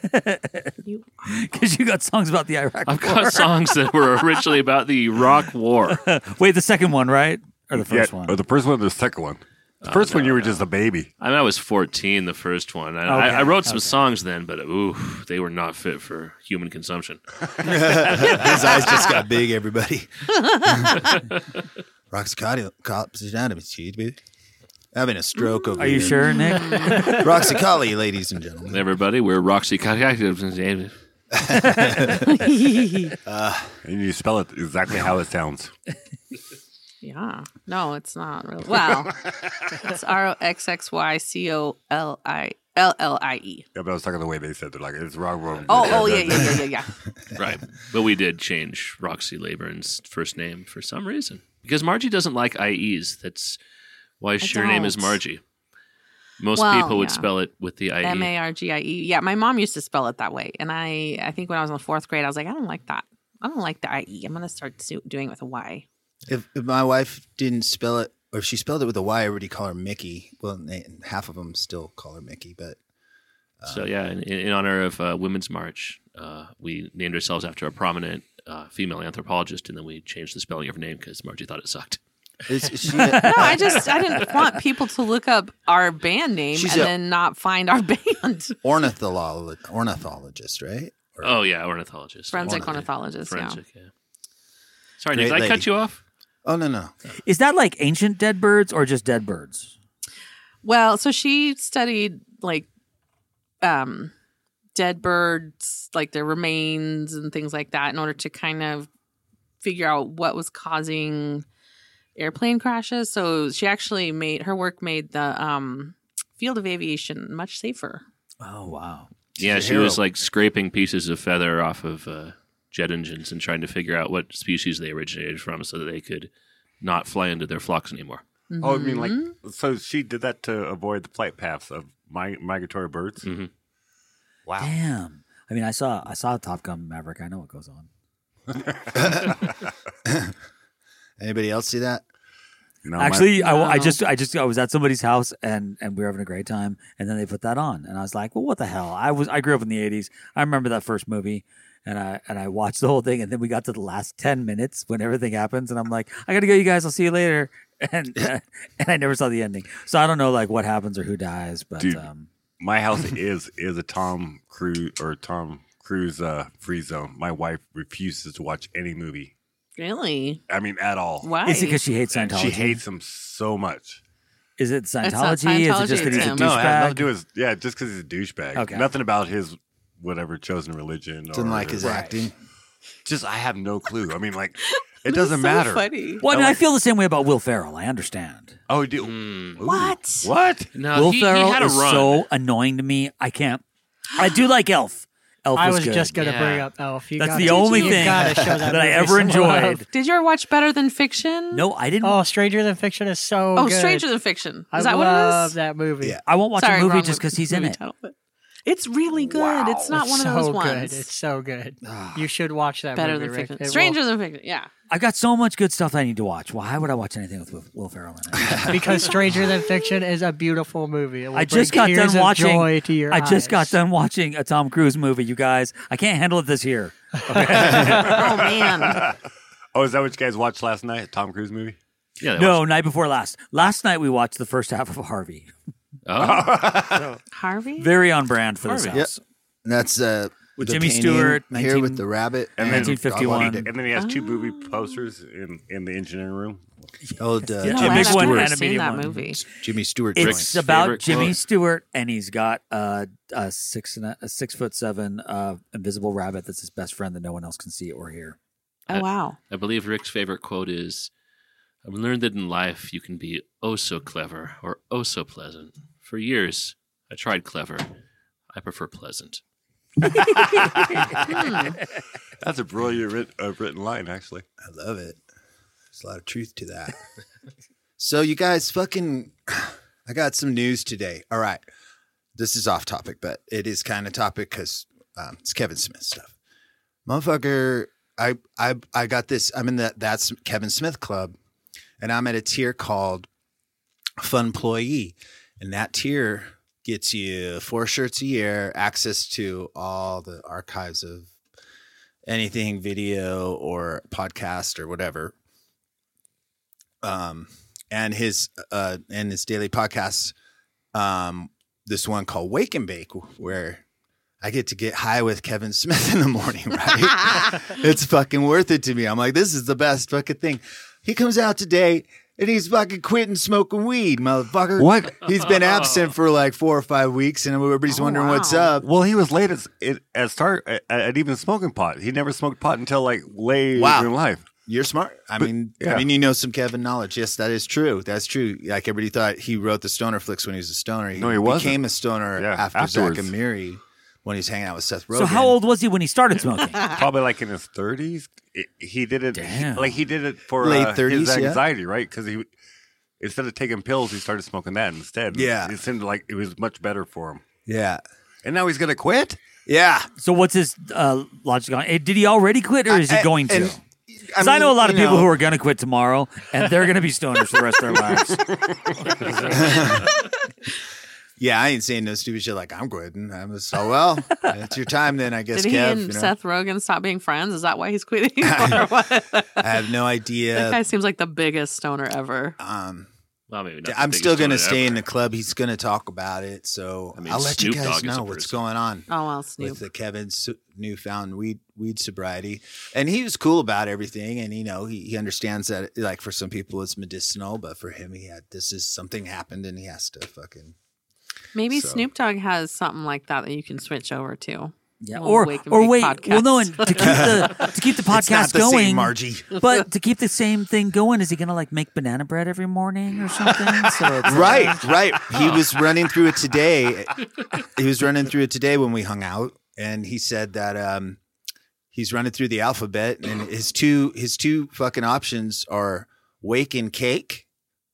K: You-
B: Because you got songs about the Iraq
H: I've
B: War.
H: got songs that were originally about the Iraq War.
B: Wait, the second one, right? Or the first
I: Yeah,
B: one? Oh,
I: Or the first one or the second one. The first one you were just a baby.
H: I mean, I was 14 the first one. I,
B: Okay,
H: I, I wrote some
B: okay.
H: songs then, but ooh, they were not fit for human consumption.
G: His eyes just got big, everybody. Rock's baby. Having a stroke over
B: Are you
G: here.
B: sure, Nick?
G: Roxicali, ladies and gentlemen.
H: Everybody, we're Roxy.
I: And you spell it exactly how it sounds.
K: yeah. No, it's not really. Well, it's R O X X Y C O L I L L I E.
I: Yeah, but I was talking the way they said it. Like it's wrong. wrong
K: Oh, oh, yeah, yeah, yeah, yeah, yeah.
H: Right. But we did change Roxy Laburn's first name for some reason. Because Margie doesn't like IEs. That's why her name is
K: don't.
H: Margie. Most
K: Well,
H: people would
K: yeah.
H: spell it with the IE.
K: M A R G I E. Yeah, my mom used to spell it that way, and I I think when I was in the fourth grade, I was like, I don't like that. I don't like the I E. I'm gonna start su- doing it with a Y.
G: If, if my wife didn't spell it, or if she spelled it with a Y, I already call her Mickey. Well, they, half of them still call her Mickey, but
H: So yeah, in, in honor of uh, Women's March, uh, we named ourselves after a prominent uh, female anthropologist, and then we changed the spelling of her name because Margie thought it sucked.
G: it's, she,
K: No, I just I didn't want people to look up our band name
G: She's
K: and
G: a-
K: then not find our band.
G: ornitholo- ornithologist, right? Or-
H: Oh yeah, ornithologist,
K: Forensic
H: Ornith-
K: ornithologist.
H: forensic. Yeah. Sorry, Nick,
G: Great
H: did I cut
G: lady.
H: you off?
G: Oh no no.
B: Is that like ancient dead birds or just dead birds?
K: Yeah. Well, so she studied like um dead birds, like their remains and things like that, in order to kind of figure out what was causing
A: airplane crashes. So she actually made her work made the um, field of aviation much safer.
B: Oh wow!
H: yeah, she was like scraping pieces of feather off of uh, jet engines and trying to figure out what species they originated from so that they could not fly into their flocks anymore.
I: Oh, I mean, like,
B: Mm-hmm.
I: so she did that to avoid the flight paths of mi- migratory birds. Wow.
B: Damn. I mean, I saw I saw Top Gun Maverick. I know what goes on.
J: Anybody else see that?
I: No, Oh, my-
B: Actually, I, I
A: Wow.
B: just I just I was at somebody's house and and we were having a great time, and then they put that on, and I was like, well, what the hell? I was I grew up in the '80s. I remember that first movie. And I and I watched the whole thing, and then we got to the last ten minutes when everything happens, and I'm like, I gotta go, you guys. I'll see you later. And and I never saw the ending, so I don't know like what happens or who dies. But
I: Dude.
B: um,
I: my house is is a Tom Cruise or Tom Cruise uh, free zone. My wife refuses to watch any movie.
A: Really?
I: I mean, at all.
A: Why?
B: is it because she hates
I: And
B: Scientology?
I: She hates him so much.
B: Is it
A: not
B: Scientology? Is it just
A: Scientology,
B: that he's
A: it's
B: a
A: him.
B: douchebag?
I: No, it has nothing to do with. Yeah, just because he's a douchebag.
B: Okay.
I: Nothing about his whatever chosen religion. Or,
J: Didn't like his acting.
I: Just I have no clue. I mean, like it doesn't matter.
A: Funny.
B: well, I, mean, I feel the same way about Will Ferrell. I understand.
I: Oh, do
A: What?
I: what?
H: No,
B: Will
H: he, he
B: Ferrell
H: had a
B: is
H: run.
B: so annoying to me. I can't. I do like Elf. Elf
F: I
B: was,
F: was
B: good.
F: just gonna
H: Yeah.
F: bring up Elf. You
B: That's
F: gotta-
B: the only
F: you
B: thing
F: gotta show that,
B: that I
F: movie
B: ever
F: some
B: enjoyed.
F: love.
A: Did you ever watch Better Than Fiction?
B: No, I didn't.
F: Oh, Stranger Than Fiction is so.
A: Oh,
F: good.
A: Stranger Than Fiction.
F: I
A: Is that what it
F: love
A: is?
F: that movie.
J: Yeah.
B: I won't watch
A: Sorry,
B: a movie
A: wrong
B: just because
A: movie-
B: he's in
A: movie
B: it.
A: title, but it's really good. It's not
F: It's
A: one
F: so
A: of those
F: good.
A: ones.
F: It's so good.
B: Ah.
F: You should watch that
A: Better
F: movie.
A: than
F: Rick.
A: fiction.
F: It will-
A: Stranger than fiction. Yeah.
B: I got so much good stuff I need to watch. Why would I watch anything with Will- Will Ferrell in it?
F: because Stranger Than Fiction is a beautiful movie. It will
B: I just
F: bring
B: got
F: tears
B: done
F: of
B: watching.
F: Joy to your
B: I just got
F: eyes.
B: done watching a Tom Cruise movie. You guys, I can't handle it this year.
A: Oh man.
I: Oh, is that what you guys watched last night? Tom Cruise movie?
H: Yeah, that
B: No,
H: was-
B: night before last. Last night we watched the first half of Harvey.
H: oh,
A: Harvey?
B: Very on brand for this
H: Harvey.
B: house.
J: And that's uh,
B: With
J: the
B: Jimmy
J: painting
B: Stewart,
J: here
B: 19
J: with the rabbit.
I: And then-
J: Dog
B: 1951.
J: Water
I: And then he has two
B: Oh.
I: movie posters in, in the engineering room.
J: Dick. Old uh,
B: Yeah.
A: No,
B: Jimmy
A: I've
B: Stewart.
A: never
B: And a
A: seen
B: medium
A: that
B: one.
A: movie.
J: Jimmy Stewart
B: It's
J: joint.
B: about
H: favorite
B: Jimmy
H: quote.
B: Stewart, and he's got uh, a six and a, a six foot seven uh, invisible rabbit that's his best friend that no one else can see or hear.
A: Oh wow.
H: I believe Rick's favorite quote is I've learned that in life you can be oh so clever or oh so pleasant. For years, I tried clever. I prefer pleasant.
I: That's a brilliant writ- uh, written line, actually.
J: I love it. There's a lot of truth to that. so you guys fucking I got some news today. All right. This is off topic, but it is kind of topic because um, it's Kevin Smith stuff. Motherfucker, I I I got this. I'm in the that's Kevin Smith club, and I'm at a tier called Fun Employee. And that tier gets you four shirts a year, access to all the archives of anything video or podcast or whatever. Um, and his uh, and his daily podcast, um, this one called Wake and Bake, where I get to get high with Kevin Smith in the morning. Right? it's fucking worth it to me. I'm like, this is the best fucking thing. He comes out today. And he's fucking quitting smoking weed, motherfucker.
I: What?
J: He's been absent for like four or five weeks, and everybody's
A: Oh,
J: wondering what's
A: wow.
J: up.
I: Well, he was late as it, as start at, at even smoking pot. He never smoked pot until like late
J: Wow.
I: in life.
J: You're smart. I mean,
I: yeah.
J: I mean, you know some Kevin knowledge. Yes, that is true. That's true. Like everybody thought he wrote the stoner flicks when he was a stoner.
I: No, he wasn't.
J: became a stoner
I: Yeah,
J: after
I: afterwards.
J: Zach and Miri when he was hanging out with Seth Rogen.
B: So how old was he when he started smoking?
I: Probably like in his thirties. He did it
B: Damn.
I: like he did it for
J: Late
I: uh,
J: 30s,
I: his
J: yeah.
I: anxiety, right? Because he instead of taking pills, he started smoking that instead.
J: Yeah.
I: it seemed like it was much better for him.
J: Yeah,
I: And now he's gonna quit.
J: yeah.
B: so what's his uh, logic on? eh, Did he already quit, or is he
J: I-
B: going to?
J: and-
B: Because I, know a
J: mean,
B: lot of
J: you
B: people
J: know,
B: who are going to quit tomorrow, and they're going to be stoners for the rest of their lives.
J: Yeah, I ain't saying no stupid shit like I'm quitting. I'm just oh well, it's your time then. I guess.
A: Did he
J: Kev,
A: and
J: you know?
A: Seth Rogen stop being friends? Is that why he's quitting? or what? That
J: I have no idea.
A: guy seems like the biggest stoner ever. Oh,
J: Um,
H: Well, maybe not. the
J: I'm
H: biggest
J: still gonna
H: one
J: stay
H: ever.
J: in the club. He's gonna talk about it. So
H: I mean,
J: I'll let
H: Snoop
J: you
H: Dogg
J: guys
H: is a
J: know what's
H: person.
J: going on.
A: Oh well, Snoop.
J: with the Kevin's su- newfound weed weed sobriety, and he was cool about everything. And you know, he, he understands that like for some people it's medicinal, but for him, he had this is something happened, and he has to fucking
A: Maybe
J: so-
A: Snoop Dogg has something like that that you can switch over to.
B: Yeah,
A: We'll
B: or
A: wake and
B: or
A: bake
B: wait, well, no, and
A: podcast.
B: to keep the to keep the podcast
J: It's not the same,
B: going,
J: Margie.
B: But to keep the same thing going, is he gonna like make banana bread every morning or something? So it's like-
J: Right, right. He was running through it today. He was running through it today when we hung out, and he said that um, he's running through the alphabet, and his two his two fucking options are wake and cake,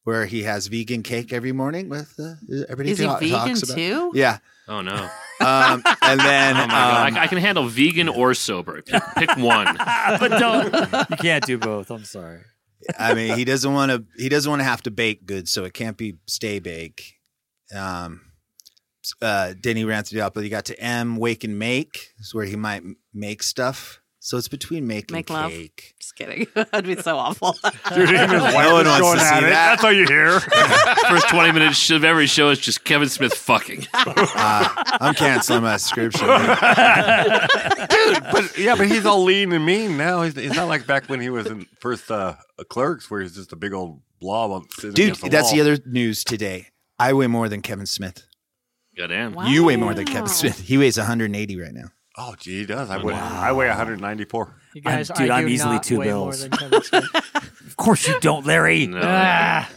J: where he has vegan cake every morning with uh, everybody.
A: Is he
J: talk-
A: vegan
J: talks about-
A: too?
J: Yeah,
H: Oh no!
J: um, and then
H: Oh my god!
J: um,
H: I, I can handle vegan or sober. Pick, pick one.
B: but don't you can't do both. I'm sorry.
J: I mean, he doesn't want to. He doesn't want to have to bake goods, so it can't be stay bake. Um, s- uh, Denny ran through the output. He got to M wake and make is where he might m- make stuff. So it's between make,
A: Make
J: and
A: love.
J: cake.
A: Just kidding. That'd be so awful.
I: Dude, him and his wife
J: No one wants
I: is going
J: to see
I: at it.
J: that.
I: That's all you hear.
H: First twenty minutes of every show is just Kevin Smith fucking.
J: Uh, I'm canceling my subscription. dude.
I: but yeah, but he's all lean and mean now. He's, he's not like back when he was in first uh, Clerks, where he's just a big old blob. On, sitting
J: Dude,
I: against the
J: that's
I: wall.
J: the other news today. I weigh more than Kevin Smith.
H: Goddamn.
A: Wow.
J: You weigh more than
A: Wow.
J: Kevin Smith. He weighs 180 right now.
I: Oh, gee, he does. I weigh, I weigh 194.
F: You guys,
B: dude,
F: I
B: I'm
F: do
B: easily
F: not
B: two
F: weigh more
B: bills.
F: than Kevin Smith.
B: Of course you don't, Larry.
H: No.
F: Ah,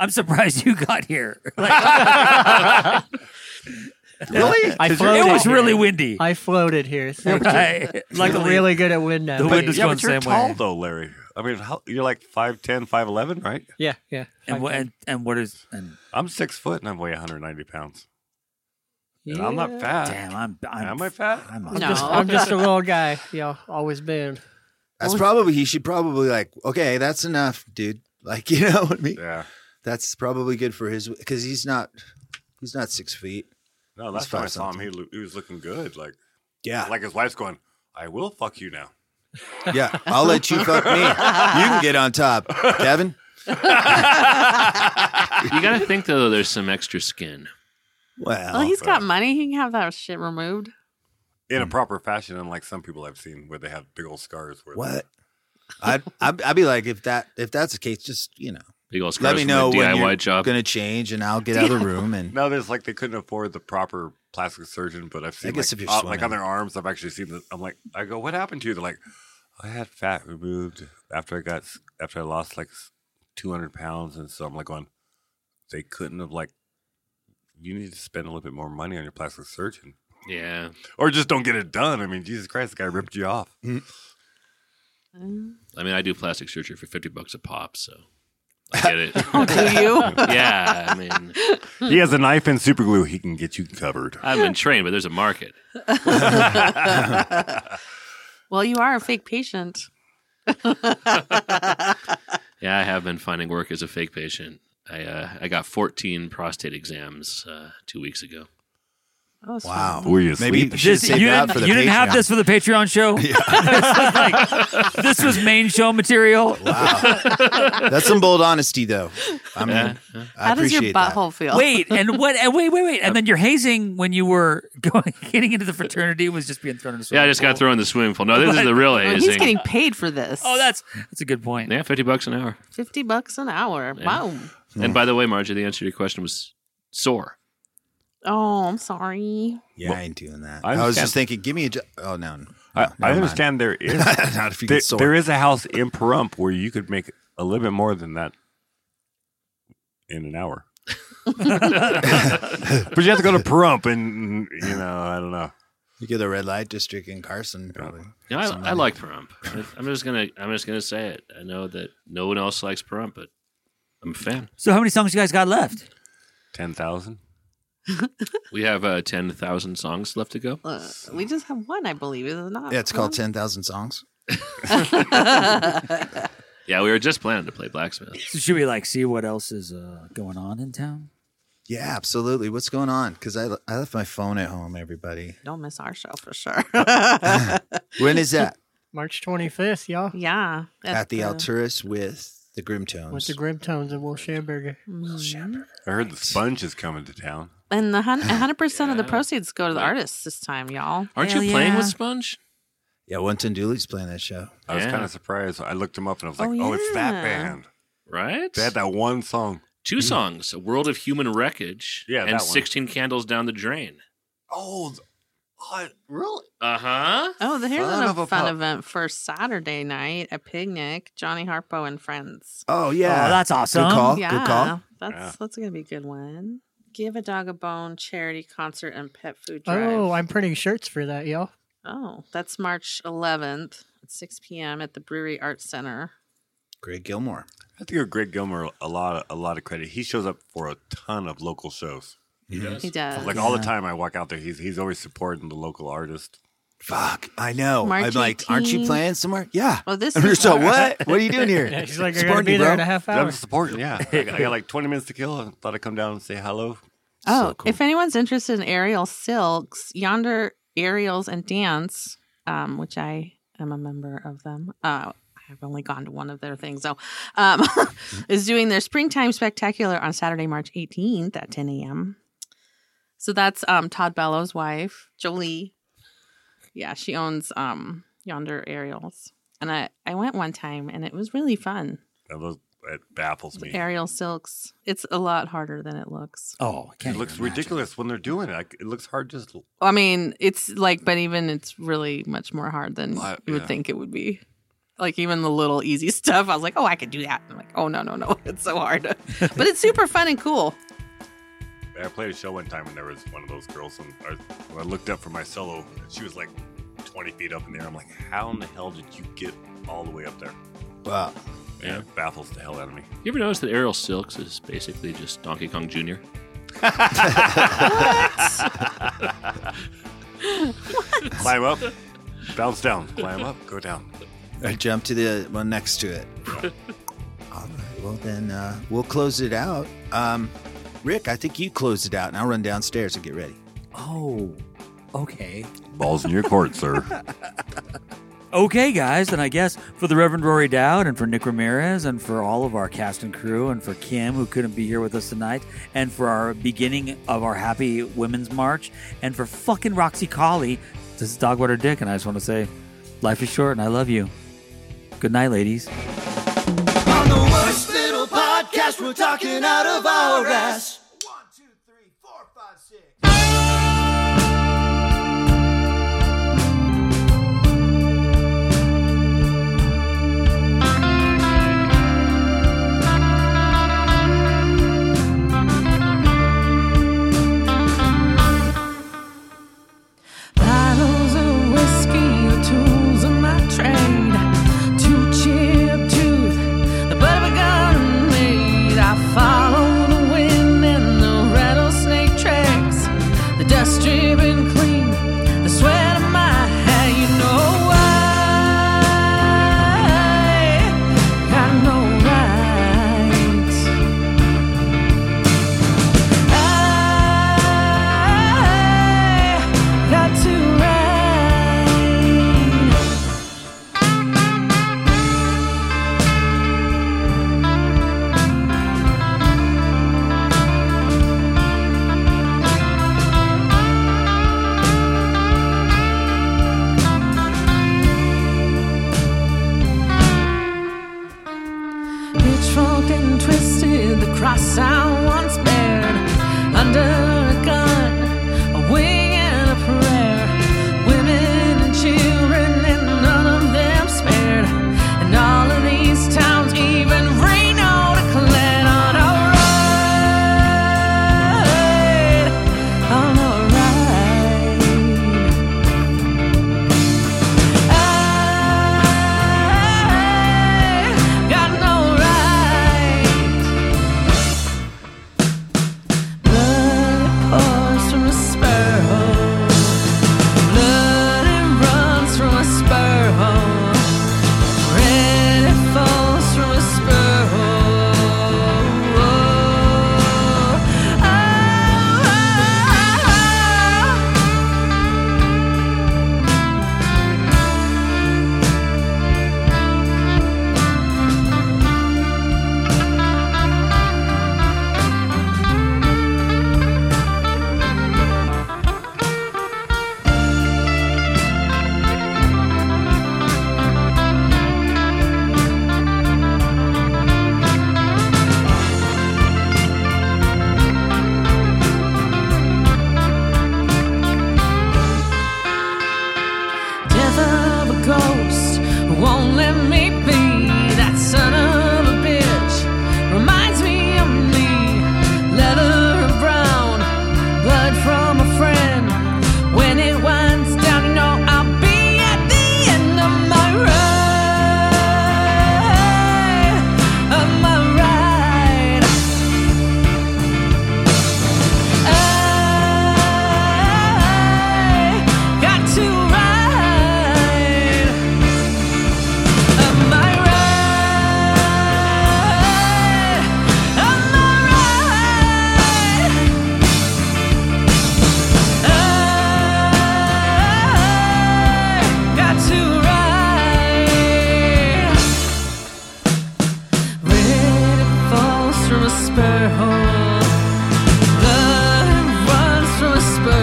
B: I'm surprised you got here. Like,
J: Really?
F: I
B: it
F: floated.
B: was
F: here.
B: really windy.
F: I floated here. Thank you.
B: Right.
F: I'm
B: Luckily,
F: really good at wind
B: The
F: now.
B: wind is
I: yeah,
B: going
I: but
B: the
I: you're
B: same
I: tall
B: way.
I: though, Larry. I mean, how, you're like 5'10", 5'11", right?
F: Yeah, yeah.
B: And, what- and and what is? And,
I: I'm six foot and I weigh 190 pounds. And I'm
F: Yeah.
I: not fat.
B: damn, I'm, I'm
I: Am I fat?
B: I'm not-
A: No.
F: I'm just a little guy. Y'all always been.
J: That's probably, he should probably like, okay, that's enough, dude. Like, you know what I mean?
I: Yeah.
J: That's probably good for his because he's not he's not six feet.
I: No, last
J: five
I: time I saw him, he, lo- he was looking good. Like,
J: Yeah,
I: like his wife's going, I will fuck you now.
J: yeah. I'll let you fuck me. You can get on top, Kevin.
H: You got to think though. There's some extra skin.
J: Well,
A: well, he's got money. He can have that shit removed.
I: In a proper fashion, unlike some people I've seen where they have big old scars. Where
J: what? I'd, I'd I'd be like if that if that's the case, just you know,
H: Big old scars
J: let me know
H: from the
J: when
H: DIY
J: you're
H: job.
J: gonna change, and I'll get out of the room. And
I: No, there's like they couldn't afford the proper plastic surgeon, but I've seen
J: guess if
I: like,
J: you're
I: uh, like
J: swimming.
I: on their arms, I've actually seen. The, I'm like, I go, what happened to you? They're like, I had fat removed after I got s- after I lost like s- 200 pounds, and so I'm like going, they couldn't have like, you need to spend a little bit more money on your plastic surgeon,
H: Yeah.
I: or just don't get it done. I mean, Jesus Christ, the guy ripped you off.
J: Hmm.
H: I mean, I do plastic surgery for fifty bucks a pop, so I get it.
A: Do you?
H: yeah. I mean,
I: he has a knife and super glue. He can get you covered.
H: I've been trained, but there's a market.
A: Well, you are a fake patient.
H: Yeah, I have been finding work as a fake patient. I uh, I got 14 prostate exams uh, two weeks ago.
A: That was
J: wow,
I: Were you asleep?
J: Oh, maybe you should
B: This, you
J: save
B: didn't,
J: that for the
B: you didn't have
J: Patreon.
B: this for the Patreon show. this, was like, this was main show material.
J: That's some bold honesty, though. I mean, I
A: How does your
J: appreciate that.
A: butthole feel?
B: Wait, and what? And wait, wait, wait. And then your hazing when you were going getting into the fraternity was just being thrown in the
J: Oh,
H: Yeah, I
B: swimming
H: just got
B: pool.
H: thrown in the swimming pool. No, this is the real
A: Well,
H: hazing.
A: he's getting paid for this.
B: Oh, that's that's a good point.
H: yeah, 50 bucks an hour.
A: 50 bucks an hour. Boom.
H: And by the way, Margie, the answer to your question was sore.
A: Oh, I'm sorry.
J: Yeah, I ain't doing that.
I: I
J: I, was
I: understand.
J: just thinking, give me a. Jo- oh no, no
I: I,
J: never
I: I
J: mind.
I: understand there is
J: Not if you
I: there,
J: get sore.
I: there is a house in Pahrump where you could make a little bit more than that in an hour. but you have to go to Pahrump, and you know I don't know.
J: You get the red light district in Carson, probably.
H: You know, I, I
I: Uh,
H: like Perump. I'm just gonna I'm just gonna say it. I know that no one else likes Perump, but I'm a fan.
B: So how many songs you guys got left?
I: Ten thousand.
H: We have uh, 10,000 songs left to go.
A: Uh, we just have one, I believe. Is it not?
J: Yeah, it's called
A: one?
J: Ten Thousand Songs.
H: Yeah, we were just planning to play Blacksmith.
B: So should we like see what else is uh, going on in town?
J: Yeah, absolutely. What's going on? Because I, I left my phone at home, everybody.
A: Don't miss our show for sure.
J: When is that?
F: March 25th, y'all.
A: yeah.
J: at the
A: altar.
J: Alturas with the Grim Tones.
F: With the Grim Tones and Will Schamberger.
I: I heard the sponge is coming to town.
A: And the hun- 100% of the proceeds go to the artists this time, y'all.
H: Aren't
B: Hell
H: you playing
B: yeah.
H: with Sponge?
J: yeah, Winton Dooley's playing that show.
I: I was
H: Yeah.
I: kind of surprised. I looked him up and I was like, "Oh,
A: Oh,
I: it's that
A: yeah.
I: band."
H: Right?
I: They had that one song.
H: Two songs A World of Human Wreckage
I: Yeah, that
H: and
I: one.
H: 16 Candles Down the Drain.
I: Oh, th- oh, God, really?
H: Uh huh.
A: Oh, the- here's
I: Son
A: a,
I: of a
A: fun
I: pup.
A: event for Saturday night, a picnic, Johnny Harpo and friends.
J: Oh yeah,
B: Oh, that's awesome.
J: Good call.
A: yeah,
J: Good call.
A: that's
I: Yeah.
A: that's gonna be a good one. Give a dog a bone charity concert and pet food drive.
F: Oh, I'm printing shirts for that, y'all.
A: Oh, that's March 11th at 6 p.m. at the Brewery Arts Center.
J: Greg Gilmore.
I: I have to give Greg Gilmer a lot, of, a lot of credit. He shows up for a ton of local shows.
H: He does.
A: He does.
I: Like all the time, I walk out there. He's he's always supporting the local artist.
J: Fuck, I know.
A: March
J: I'm like, aren't you
A: 18th.
J: playing somewhere? Yeah.
A: Oh, this
J: And
A: is
J: you're so
A: more-
J: what? What are you doing here?
F: Yeah, he's like, I gotta
J: Supporting
F: be
J: you,
F: there in
J: bro.
F: a half
I: I'm
F: hour.
I: supporting. Yeah, I got, I got like 20 minutes to kill. I thought I'd come down and say hello.
A: Oh,
J: So cool.
A: if anyone's interested in aerial silks, yonder aerials and dance, um, which I am a member of them. Uh, I've only gone to one of their things, though. Um, is doing their springtime spectacular on Saturday, March 18th at 10 a.m. So that's um, Todd Bellow's wife, Jolie. Yeah, she owns um, Yonder Aerials, and I I went one time, and it was really fun.
I: That was, it baffles me.
A: Aerial silks, it's a lot harder than it looks.
B: Oh, I can't.
I: It looks
B: even imagine.
I: ridiculous when they're doing it. I, it looks hard just
A: I mean, it's like, but even it's really much more hard than
I: Lot,
A: you would
I: yeah.
A: think it would be. Like even the little easy stuff, I was like, oh, I could do that. I'm like, oh no, no, no, it's so hard. but it's super fun and cool.
I: I played a show one time and there was one of those girls, and I, when I looked up for my solo, and she was like 20 feet up in the air. I'm like, how in the hell did you get all the way up there?
J: Wow.
I: Yeah, it baffles the hell out of me.
H: You ever notice that Errol Silks is basically just Donkey Kong Jr.?
I: Climb up, bounce down, climb up, go down.
J: I jumped to the one next to it. All right. Well, then uh, we'll close it out. Um, Rick, I think you close it out, and I'll run downstairs and get ready.
B: Oh, okay.
I: Balls in your court, sir.
B: Okay, guys, and I guess for the Reverend Rory Dowd and for Nick Ramirez and for all of our cast and crew and for Kim, who couldn't be here with us tonight, and for our beginning of our Happy Women's March, and for fucking Roxy Colley, this is Dogwater Dick, and I just want to say, life is short and I love you. Good night, ladies.
G: On the worst little podcast, we're talking out of our ass.
L: Bottles of whiskey are tools of my trade. Two chip tooth, the butt of a gun made. I follow the wind and
A: Oh, oh, oh,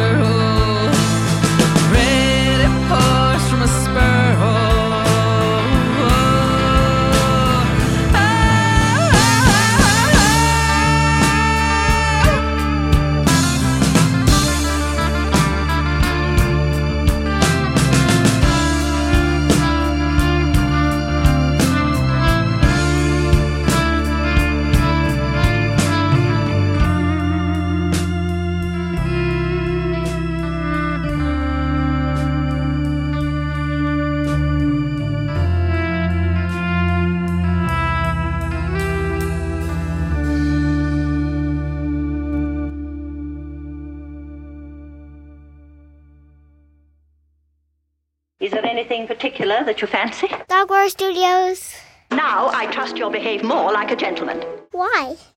A: Oh, oh,
F: Is there anything particular that you fancy?
M: Dog War Studios.
F: Now I trust you'll behave more like a gentleman.
M: Why?